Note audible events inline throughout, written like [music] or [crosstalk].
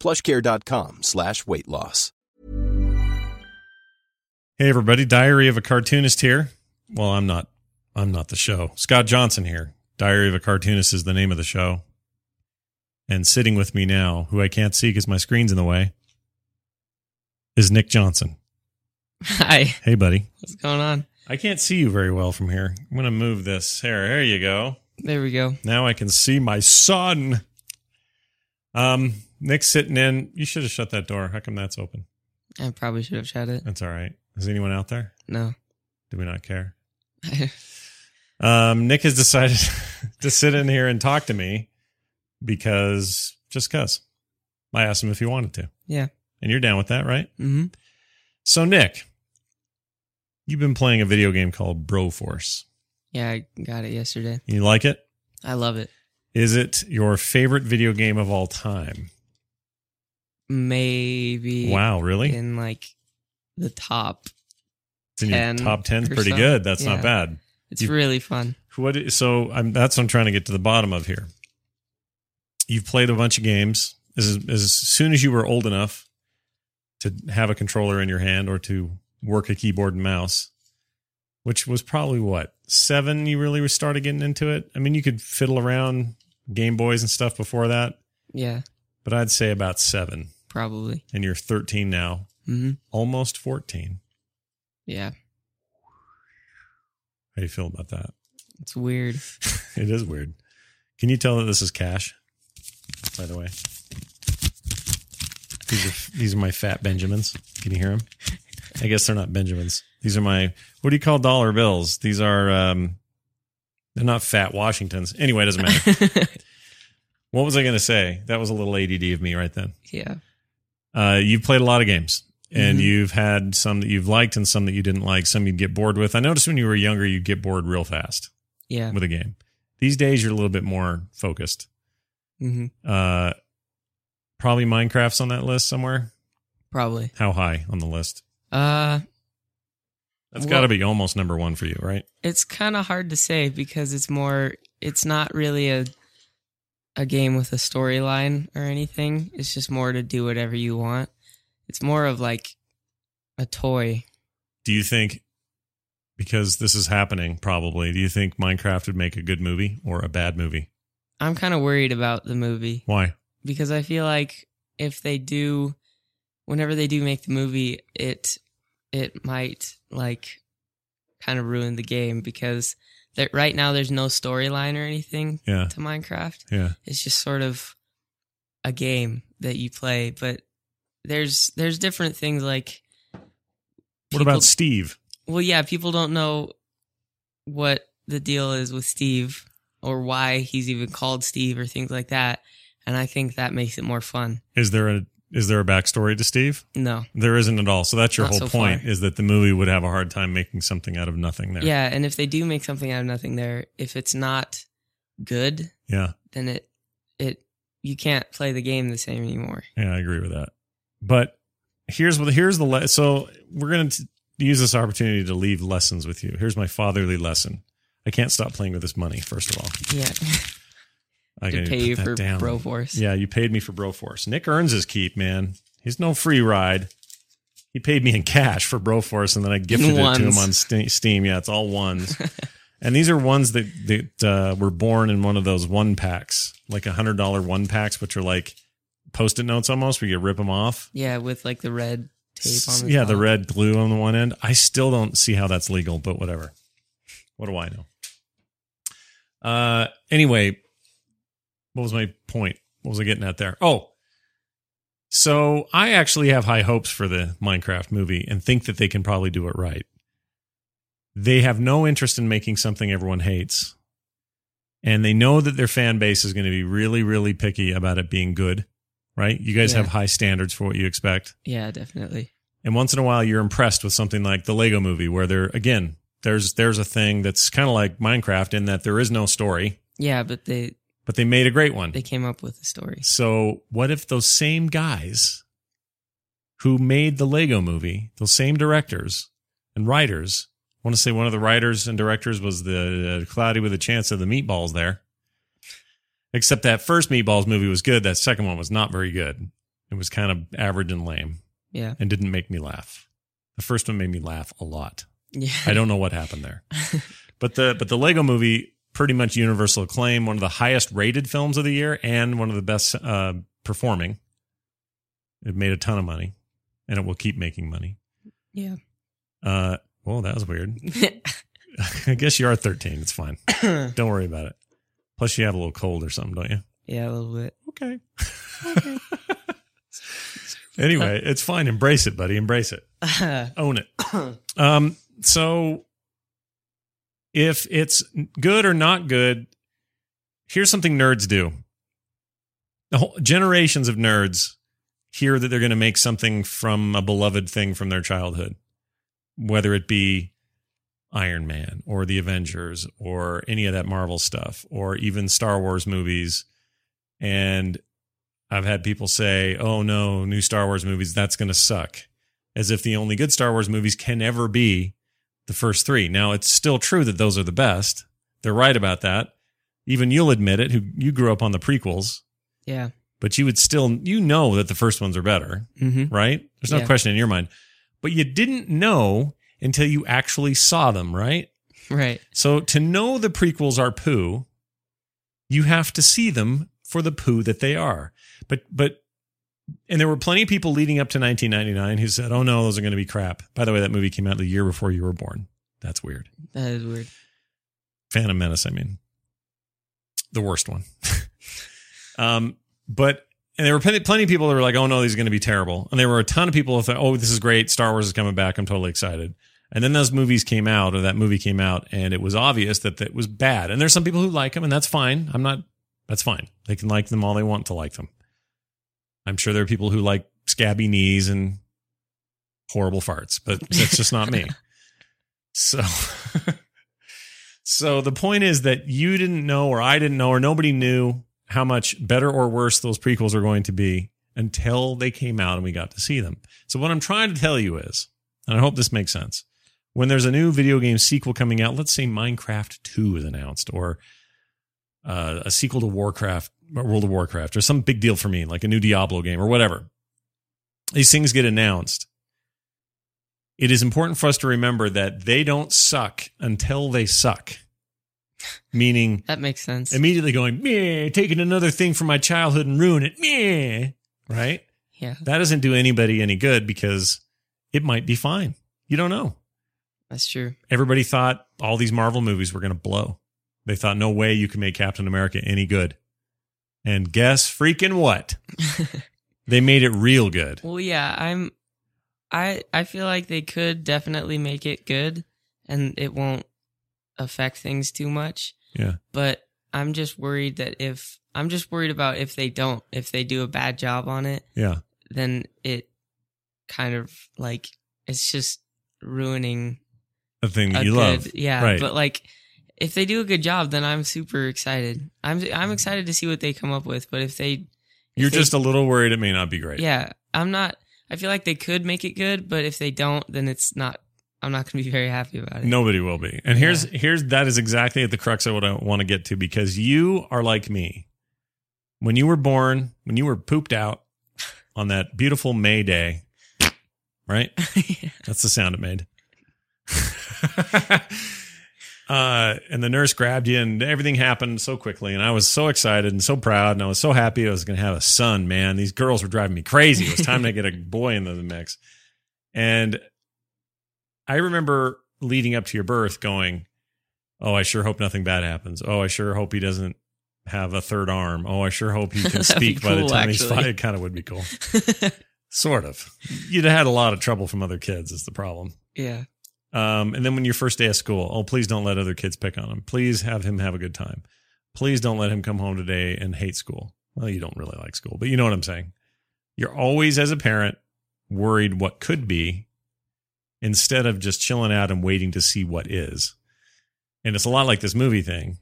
Plushcare.com slash weight loss. Hey everybody, Diary of a Cartoonist here. Well, I'm not I'm not the show. Scott Johnson here. Diary of a Cartoonist is the name of the show. And sitting with me now, who I can't see cuz my screen's in the way, is Nick Johnson. [laughs] Hi, Hey buddy. what's going on? I can't see you very well from here. I'm going to move this. Here, there you go. There we go. Now I can see my son. Um, Nick's sitting in. You should have shut that door. How come that's open? I probably should have shut it. That's all right. Is anyone out there? No. [laughs] Mm-hmm. Do we not care? Um, Nick has decided [laughs] to sit in here and talk to me because just cuz. I asked him if he wanted to. yeah. And you're down with that, right? hmm So, Nick, you've been playing a video game called Broforce. Yeah, I got it yesterday. You like it? I love it. Is it your favorite video game of all time? Maybe. Wow, really? In like the top. It's in your 10 top 10's or pretty so. good. That's not Yeah. bad. It's You- really fun. What is, so I'm that's what I'm trying to get to the bottom of here. You've played a bunch of games as as soon as you were old enough to have a controller in your hand or to work a keyboard and mouse, which was probably what seven. You really started getting into it. I mean, you could fiddle around Game Boys and stuff before that, Yeah, but I'd say about seven. probably. And you're 13 now, hmm almost 14. Yeah, How do you feel about that? it's weird. [laughs] [laughs] It is weird. Can you tell that this is cash? By the way, these are these are my fat Benjamins. Can you hear them? I guess they're not Benjamins. These are my what do you call dollar bills? These are um, they're not fat Washingtons. Anyway, it doesn't [laughs] matter. what was I going to say? That was a little ADD of me right then. yeah. Uh, you've played a lot of games and Mhm. you've had some that you've liked and some that you didn't like. Some you'd get bored with. I noticed when you were younger, you'd get bored real fast Yeah. with a game. These days, you're a little bit more focused. hmm Uh, probably Minecraft's on that list somewhere. Probably. How high on the list? Uh, That's Well- got to be almost number one for you, right? it's kind of hard to say because it's more. It's not really a a game with a storyline or anything. It's just more to do whatever you want. It's more of like a toy. Do you think, because this is happening probably, do you think Minecraft would make a good movie or a bad movie? I'm kind of worried about the movie. Why? because I feel like if they do, whenever they do make the movie, it it might like kind of ruin the game because that right now there's no storyline or anything Yeah. to Minecraft. Yeah. It's just sort of a game that you play, but there's there's different things like What about Steve? well, yeah, people don't know what the deal is with Steve or why he's even called Steve or things like that, and I think that makes it more fun. Is there a is there a backstory to Steve? No. There isn't at all. So that's your Not whole so point far. is that the movie would have a hard time making something out of nothing there. Yeah, and if they do make something out of nothing there, if it's not good, Yeah. then it it you can't play the game the same anymore. Yeah, I agree with that. But here's what here's the le- so we're going to use this opportunity to leave lessons with you. Here's my fatherly lesson. I can't stop playing with this money. First of all, Yeah. I to gotta [laughs] pay put you that for down. Broforce. Yeah, you paid me for Broforce. Nick earns his keep, man. He's no free ride. He paid me in cash for Broforce, and then I gifted it to him ones. on Ste- Steam. Yeah, it's all [laughs] ones. and these are ones that that uh, were born in one of those one packs, like a hundred dollar one packs, which are like post-it notes almost, where you rip them off. Yeah, with like the red tape on the yeah, the top. red glue on the one end. I still don't see how that's legal, but whatever. What do I know? Uh, anyway, what was my point? What was I getting at there? Oh, so I actually have high hopes for the Minecraft movie and think that they can probably do it right. They have no interest in making something everyone hates. And they know that their fan base is going to be really, really picky about it being good, right? You guys Yeah. have high standards for what you expect. Yeah, definitely. And once in a while, you're impressed with something like the Lego movie, where there, again, there's, there's a thing that's kind of like Minecraft in that there is no story, Yeah, but they but they made a great one. they came up with a story. So what if those same guys who made the Lego movie, those same directors and writers, I want to say one of the writers and directors was the uh, Cloudy with a Chance of the Meatballs there. Except that first Meatballs movie was good. That second one was not very good. It was kind of average and lame Yeah, and didn't make me laugh. The first one made me laugh a lot. yeah. I don't know what happened there. But the but the Lego movie pretty much universal acclaim, one of the highest rated films of the year and one of the best uh, performing. It made a ton of money and it will keep making money. yeah. Uh well, that was weird. [laughs] I guess you are 13. It's fine. [laughs] yeah, [coughs] Don't worry about it. Plus you have a little cold or something, don't you? a little bit. [coughs] Okay. [laughs] anyway, it's fine. Embrace it, buddy. Embrace it. Own it. Um, so if it's good or not good, here's something nerds do. The whole, generations of nerds hear that they're going to make something from a beloved thing from their childhood, whether it be Iron Man or the Avengers or any of that Marvel stuff or even Star Wars movies. And I've had people say, oh no, new Star Wars movies, that's going to suck as if the only good Star Wars movies can ever be the first three. Now, it's still true that those are the best. They're right about that. Even you'll admit it, who you grew up on the prequels, yeah. but you would still, you know that the first ones are better, Mm-hmm. right? There's no Yeah. question in your mind. But you didn't know until you actually saw them, right? Right. So to know the prequels are poo, you have to see them for the poo that they are. But but and there were plenty of people leading up to 1999 who said, "Oh no, those are going to be crap." By the way, that movie came out the year before you were born. That's weird. That is weird. Phantom Menace, I mean. The worst one. [laughs] um, but and there were plenty, plenty of people that were like, "Oh no, these are going to be terrible," and there were a ton of people who thought, "Oh, this is great! Star Wars is coming back. I'm totally excited." And then those movies came out, or that movie came out, and it was obvious that that was bad. And there's some people who like them, and that's fine. I'm not. That's fine. They can like them all they want to like them. I'm sure there are people who like scabby knees and horrible farts, but that's just not me. So, [laughs] so the point is that you didn't know, or I didn't know, or nobody knew how much better or worse those prequels were going to be until they came out and we got to see them. So what I'm trying to tell you is, and I hope this makes sense. When there's a new video game sequel coming out, let's say Minecraft 2 is announced, or uh, a sequel to Warcraft, or World of Warcraft, or some big deal for me, like a new Diablo game or whatever. These things get announced. It is important for us to remember that they don't suck until they suck. Meaning, That makes sense. immediately going, meh, taking another thing from my childhood and ruin it, meh, right? yeah, That doesn't do anybody any good because it might be fine. You don't know. that's true. Everybody thought all these Marvel movies were going to blow. They thought, no way you can make Captain America any good. And guess freaking [laughs] what? they made it real good. Well, yeah, I'm. I I feel like they could definitely make it good, and it won't affect things too much. Yeah. But I'm just worried that if I'm just worried about if they don't, if they do a bad job on it, Yeah. then it kind of like it's just ruining The thing that a you good, love. Yeah, Right. but like if they do a good job, then I'm super excited. I'm I'm excited to see what they come up with. But if they, if You're they- just a little worried it may not be great. yeah, I'm not. I feel like they could make it good, but if they don't, then it's not. I'm not going to be very happy about it. Nobody will be. And here's here's that is exactly at the crux of what I want to get to because you are like me. When you were born, when you were pooped out on that beautiful May day, right? That's the sound it made. [laughs] uh, and the nurse grabbed you, and everything happened so quickly. And I was so excited and so proud, and I was so happy I was going to have a son. Man, these girls were driving me crazy. It was time to get a boy into the mix. And I remember leading up to your birth going, Oh, I sure hope nothing bad happens. Oh, I sure hope he doesn't have a third arm. Oh, I sure hope [laughs] he can That'd be speak by the cool, time he's actually. five. It kind of would be [laughs] cool. Sort of. You'd have had a lot of trouble from other kids, is the problem. [laughs] yeah. Um, and then when your first day of school, oh, please don't let other kids pick on him. Please have him have a good time. Please don't let him come home today and hate school. Well, you don't really like school, but you know what I'm saying. You're always, as a parent, worried what could be instead of just chilling out and waiting to see what is. And it's a lot like this movie thing.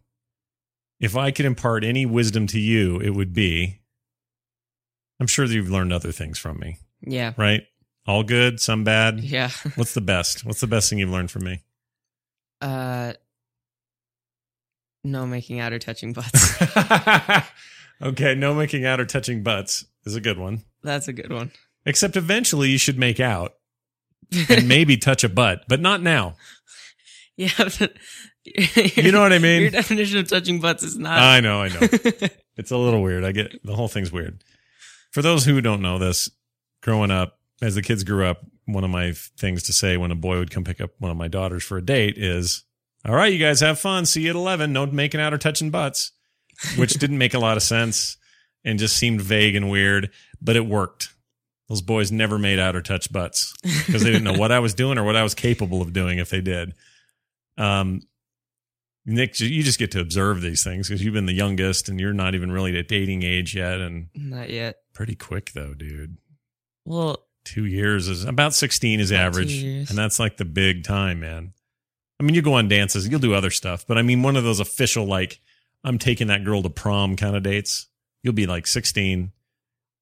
If I could impart any wisdom to you, it would be I'm sure that you've learned other things from me, Yeah. right? All good, some bad. [laughs] Yeah. What's the best? What's the best thing you've learned from me? Uh, no making out or touching butts. [laughs] [laughs] okay, no making out or touching butts is a good one. That's a good one. [laughs] Except eventually you should make out and maybe touch a butt, but not now. yeah. but- You know what I mean? Your definition of touching butts is not. [laughs] I know, I know. It's a little weird. I get the whole thing's weird. For those who don't know this, growing up, as the kids grew up, one of my things to say when a boy would come pick up one of my daughters for a date is, All right, you guys have fun. See you at 11. No making out or touching butts, which didn't make a lot of sense and just seemed vague and weird, but it worked. Those boys never made out or touched butts because they didn't know what I was doing or what I was capable of doing if they did. Um, Nick, you just get to observe these things because you've been the youngest and you're not even really at dating age yet. And not yet. pretty quick though, dude. Well, Two years is about 16 is About two average. years. And that's like the big time, man. I mean, you go on dances, you'll do other stuff, but I mean, one of those official, like, I'm taking that girl to prom kind of dates. You'll be like 16.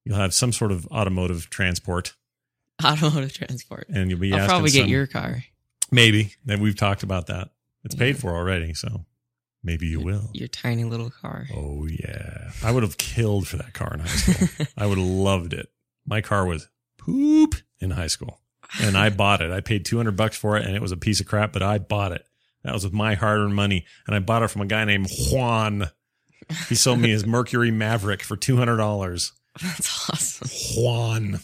You'll have some sort of automotive transport automotive transport. and you'll be I'll asking probably get some- your car. maybe that we've talked about that. It's paid for already. So maybe you will. Your tiny little car. Oh yeah. I would have killed for that car in high school. I would have loved it. My car was poop in high school. And I bought it. I paid 200 bucks for it and it was a piece of crap, but I bought it. That was with my hard-earned money and I bought it from a guy named Juan. He sold me his Mercury Maverick for $200. [laughs] That's awesome. [laughs] Juan.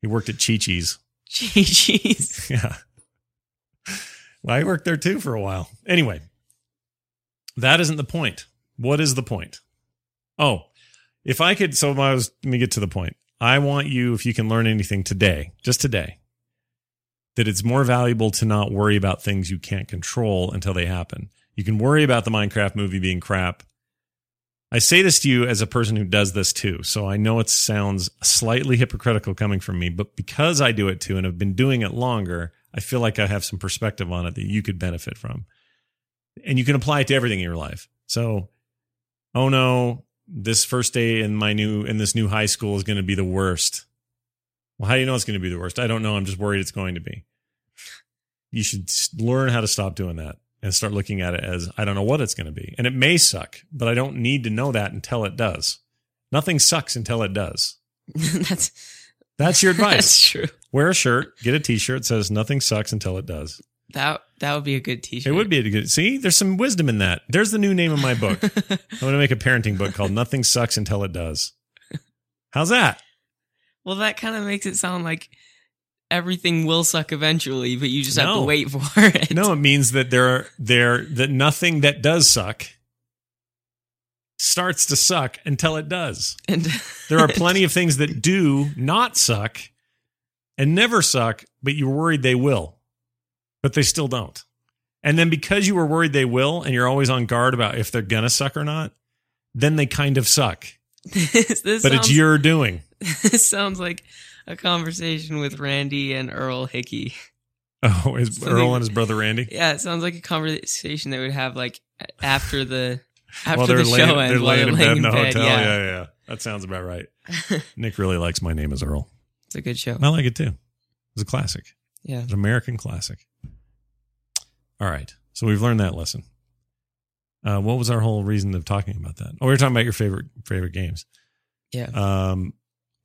He worked at Chi-Chi's. Gee, [laughs] Jeez. Yeah. Well, I worked there too for a while. Anyway, that isn't the point. What is the point? Oh, if I could, so I was, let me get to the point. I want you, if you can learn anything today, just today, that it's more valuable to not worry about things you can't control until they happen. You can worry about the Minecraft movie being crap. I say this to you as a person who does this too. So I know it sounds slightly hypocritical coming from me, but because I do it too and have been doing it longer, I feel like I have some perspective on it that you could benefit from. And you can apply it to everything in your life. So, oh no, this first day in my new, in this new high school is going to be the worst. Well, how do you know it's going to be the worst? I don't know. I'm just worried it's going to be. You should s- learn how to stop doing that and start looking at it as I don't know what it's going to be. And it may suck, but I don't need to know that until it does. Nothing sucks until it does. [laughs] That's That's [laughs] your advice. That's true. Wear a shirt, get a t shirt that says nothing sucks until it does. That that would be a good T-shirt. It would be a good see, there's some wisdom in that. There's the new name of my book. I'm gonna make a parenting book called Nothing Sucks Until It Does. How's that? [laughs] well, that kind of makes it sound like everything will suck eventually, but you just have No. to wait for [laughs] it. No, it means that there are there that nothing that does suck starts to suck until it does. And There [laughs] are plenty of things that do not suck and never suck, but you're worried they will, but they still don't. And then because you were worried they will, and you're always on guard about if they're going to suck or not, then they kind of suck, this, this but sounds, it's your doing. [laughs] [laughs] This sounds like a conversation with Randy and Earl Hickey. Oh, is Something- Earl and his brother Randy? Yeah, it sounds like a conversation they would have like a- after the after [laughs] While the they're show laying, ends, they're while laying in laying bed in the bed. hotel. Yeah. yeah, yeah. That sounds about right. Nick really likes My Name is Earl. it's a good show. I like it too. It's a classic. Yeah, It's an American classic. All right. So we've learned that lesson. Uh, what was our whole reason of talking about that? Oh, we were talking about your favorite favorite games. yeah. Um,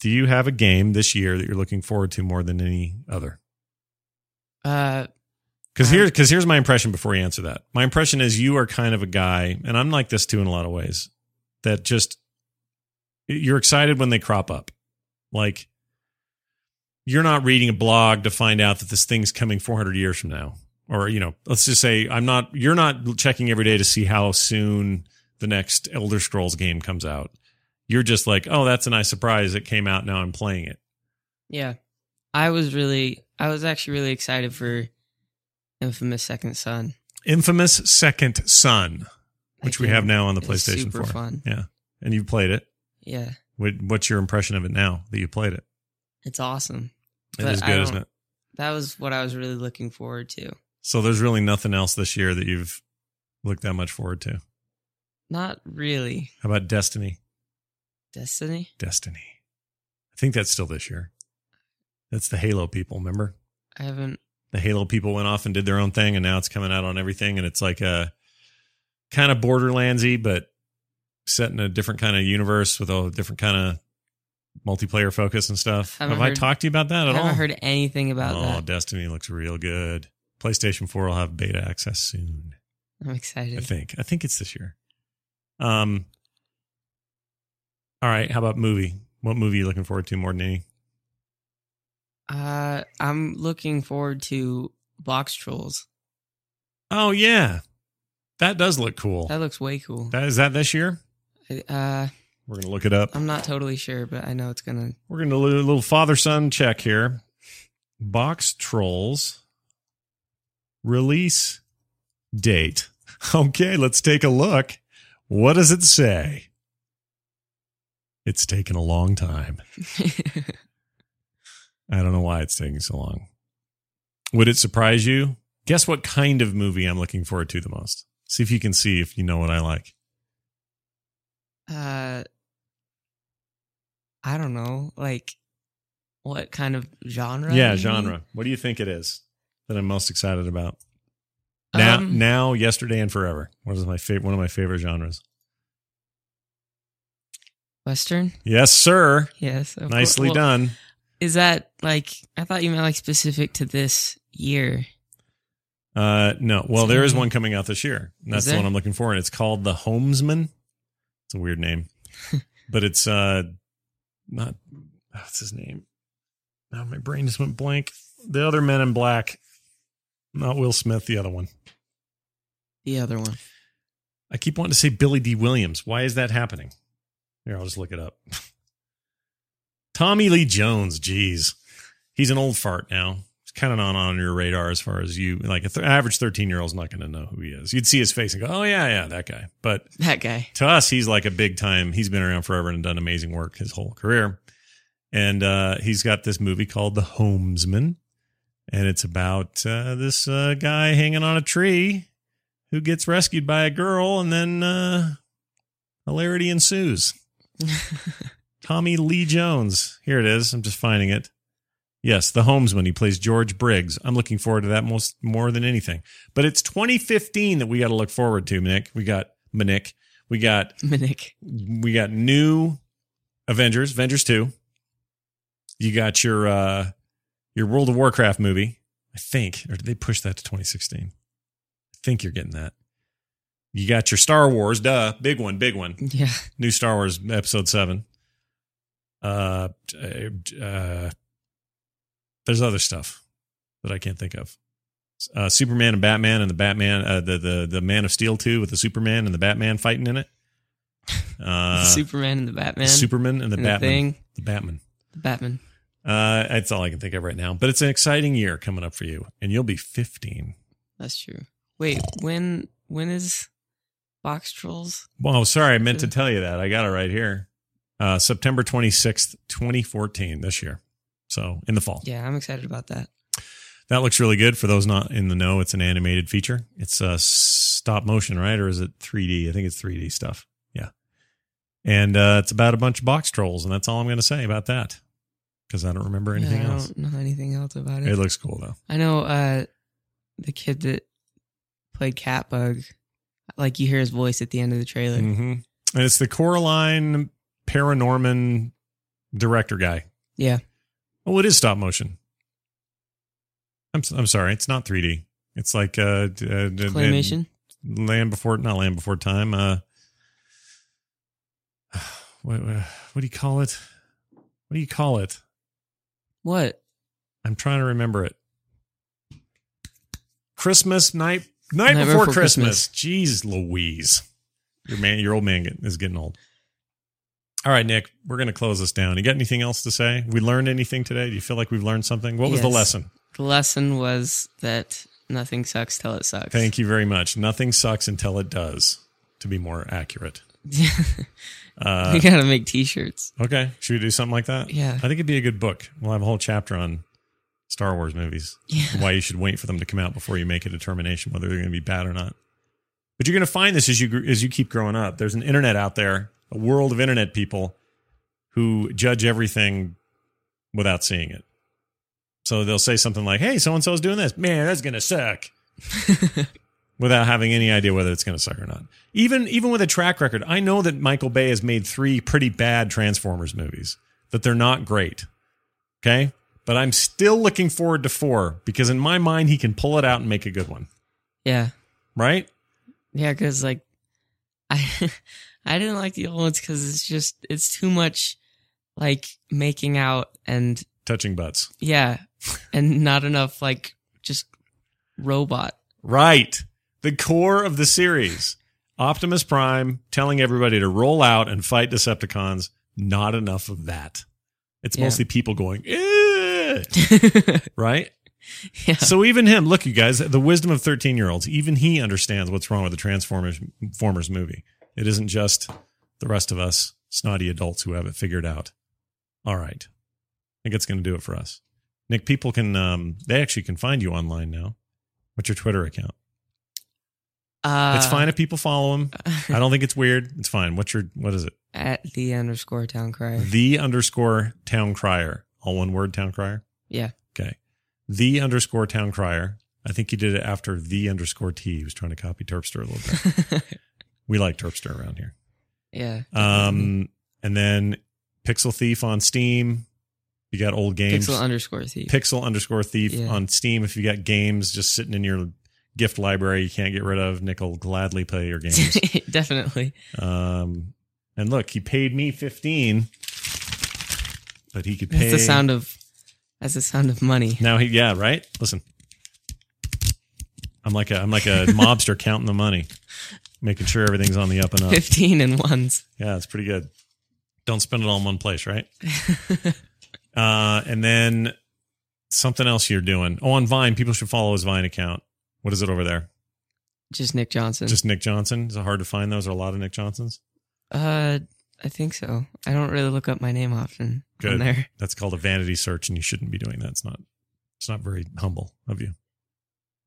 do you have a game this year that you're looking forward to more than any other? Uh, Because Um, here's because here's my impression before you answer that. My impression is you are kind of a guy, and I'm like this too in a lot of ways. That just you're excited when they crop up, like you're not reading a blog to find out that this thing's coming 400 years from now or you know let's just say i'm not you're not checking every day to see how soon the next elder scrolls game comes out you're just like oh that's a nice surprise it came out now i'm playing it Yeah. I was really I was actually really excited for Infamous Second Son. infamous second son I which we think have now on the it's playstation super 4 fun. yeah and you've played it Yeah. What- what's your impression of it now that you played it It's awesome. It is But I good isn't don't- it That was what I was really looking forward to. so there's really nothing else this year that you've looked that much forward to Not really. how about destiny Destiny? Destiny. I think that's still this year. That's the Halo people, remember? I haven't The Halo people went off and did their own thing and now it's coming out on everything and it's like a kind of borderlandsy, but set in a different kind of universe with a different kind of multiplayer focus and stuff. Haven't Have I heard- talked to you about that I at haven't all? heard anything about oh, that. Destiny looks real good. PlayStation 4 will have beta access soon. I'm excited. I think. I think it's this year. Um All right, how about movie? What movie you looking forward to more than any? Uh I'm looking forward to Box Trolls. Oh yeah, that does look cool. That looks way cool. That is that this year. uh We're gonna look it up. I'm not totally sure, but I know it's gonna [laughs] We're gonna do a little father son check here. Box trolls release date. [laughs] Okay, let's take a look. What does it say? It's taken a long time. I don't know why it's taking so long. Would it surprise you? Guess what kind of movie I'm looking forward to the most? See if you can see if you know what I like. uh I don't know, like what kind of genre? Yeah, maybe? genre. What do you think it is that I'm most excited about? Um, Now, now, yesterday, and forever. One of my favorite, one of my favorite genres. Western? Yes, sir. Yes. of cour- Nicely well, done. Is that like I thought you meant like specific to this year? Uh, no, well, Is it there is any- one coming out this year. And that's Is the there? one I'm looking for, and it's called The Homesman. It's a weird [laughs] name, but it's uh, not what's his name. Now my brain just went blank. The other Men in Black, not Will Smith. The other one. The other one. I keep wanting to say Billy D. Williams. Why is that happening? Here, I'll just look it up. [laughs] Tommy Lee Jones. Jeez, he's an old fart now. He's kind of not on your radar as far as you like. An th- average thirteen-year-old's not going to know who he is. You'd see his face and go, "Oh yeah, yeah, that guy." But That guy. [laughs] to us, he's like a big time. He's been around forever and done amazing work his whole career. And uh, he's got this movie called The Homesman, and it's about uh, this uh, guy hanging on a tree who gets rescued by a girl, and then uh, hilarity ensues. Tommy Lee Jones. Here it is. I'm just finding it. Yes, The Homesman. He plays George Briggs. I'm looking forward to that most more than anything. But it's 2015 that we got to look forward to, Nick. We got Nick. We got Minnick. we got new Avengers, Avengers 2. You got your uh your World of Warcraft movie, I think, or did they push that to 2016? I think you're getting that. You got your Star Wars, duh, big one, big one. Yeah. New Star Wars episode 7. Uh uh there's other stuff that I can't think of. Uh, Superman and Batman and the Batman, uh, the the the Man of Steel two with the Superman and the Batman fighting [laughs] in it. Uh, Superman and the Batman. Superman and the and the Batman, thing. the Batman. The Batman. Uh, that's all I can think of right now. But it's an exciting year coming up for you, and you'll be 15. That's true. Wait, when when is Box Trolls? Well, sorry, I meant to tell you that. I got it right here. Uh, September 26th, 2014, this year. So in the fall. Yeah, I'm excited about that. That looks really good. For those not in the know, it's an animated feature. It's uh, stop motion, right? Or is it 3D? I think it's 3D stuff. Yeah. And uh, it's about a bunch of box trolls, and that's all I'm going to say about that because I don't remember anything Yeah, I else. don't know anything else about it. It looks cool, though. I know uh the kid that played Catbug. Like you hear his voice at the end of the trailer. hmm And it's the Coraline Paranorman director guy. Yeah. Oh, it is stop motion. I'm s- I'm sorry, it's not 3D. It's like uh, d- uh d- Claymation. Land before not land before time. Uh, [sighs] what what what do you call it? What do you call it? What? I'm trying to remember it. Christmas night, night, before, Christmas. Jeez, Louise, your man, your old man get, is getting old. All right, Nick, we're going to close this down. You got anything else to say? We learned anything today? Do you feel like we've learned something? What was the Yes. lesson? The lesson was that nothing sucks till it sucks. [laughs] Thank you very much. Nothing sucks until it does. To be more accurate. Uh, we gotta make T-shirts. okay, should we do something like that? Yeah. I think it'd be a good book. We'll have a whole chapter on Star Wars movies. Yeah. why you should wait for them to come out before you make a determination whether they're going to be bad or not. But you're going to find this as you gr- as you keep growing up. There's an internet out there, a world of internet people who judge everything without seeing it. So they'll say something like, "Hey, so and so's doing this. Man, that's going to suck." without having any idea whether it's going to suck or not. Even even with a track record, I know that Michael Bay has made 3 pretty bad Transformers movies that they're not great. Okay? But I'm still looking forward to 4 because in my mind he can pull it out and make a good one, Yeah, right? yeah. Because like, I [laughs] I didn't like the old ones because it's just it's too much like making out and Touching butts. yeah, and not enough like just robot. [laughs] Right. The core of the series. Optimus Prime telling everybody to roll out and fight Decepticons. Not enough of that. It's Yeah. mostly people going, "Eh," yeah. right? So even him, look, you guys, the wisdom of thirteen-year-olds, even he understands what's wrong with the Transformers Transformers movie. It isn't just the rest of us snotty adults who have it figured out. All right, I think it's going to do it for us. Nick, people can um, they actually can find you online now. What's your Twitter account? Uh, it's fine if people follow him. I don't think it's weird. It's fine. What's your what is it? At the underscore town crier. The underscore town crier, all one word, town crier. Yeah. Okay. The underscore town crier. I think he did it after the underscore T. He was trying to copy Terpster a [laughs] little bit. we like Terpster around here. yeah. Um, and then Pixel Thief on Steam. You got old games. Pixel underscore thief. Pixel underscore thief Yeah. on Steam. If you got games just sitting in your gift library, you can't get rid of. Nick will gladly play your [laughs] games. Definitely. um, and look, he paid me fifteen, but he could pay That's the sound of that's the sound of money. Now he, yeah, right. Listen, I'm like a, I'm like a mobster counting the money, making sure everything's on the up and up. Fifteen and ones. Yeah, it's pretty good. Don't spend it all in one place, right? uh, and then something else you're doing. Oh, on Vine, people should follow his Vine account. What is it over there? Just Nick Johnson. Just Nick Johnson. Is it hard to find those? Are a lot of Nick Johnsons? uh I think so. I don't really look up my name often on Good. there. [laughs] That's called a vanity search, and you shouldn't be doing that. It's not. It's not very humble of you.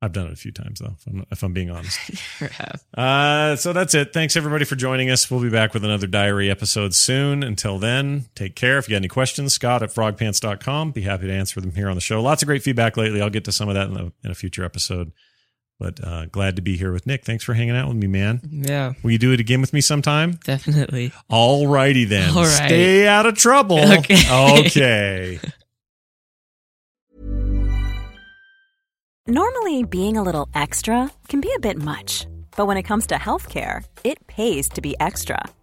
I've done it a few times though. If I'm, if I'm being honest. Never have. Uh, so that's it. Thanks everybody for joining us. We'll be back with another diary episode soon. Until then, take care. If you got any questions, Scott at frogpants.com. Be happy to answer them here on the show. Lots of great feedback lately. I'll get to some of that in a, in a future episode. But uh, glad to be here with Nick. Thanks for hanging out with me, man. Yeah, Will you do it again with me sometime? definitely. All righty then. All right. Stay out of trouble. [laughs] Okay. Okay. Normally, being a little extra can be a bit much, but when it comes to healthcare, it pays to be extra.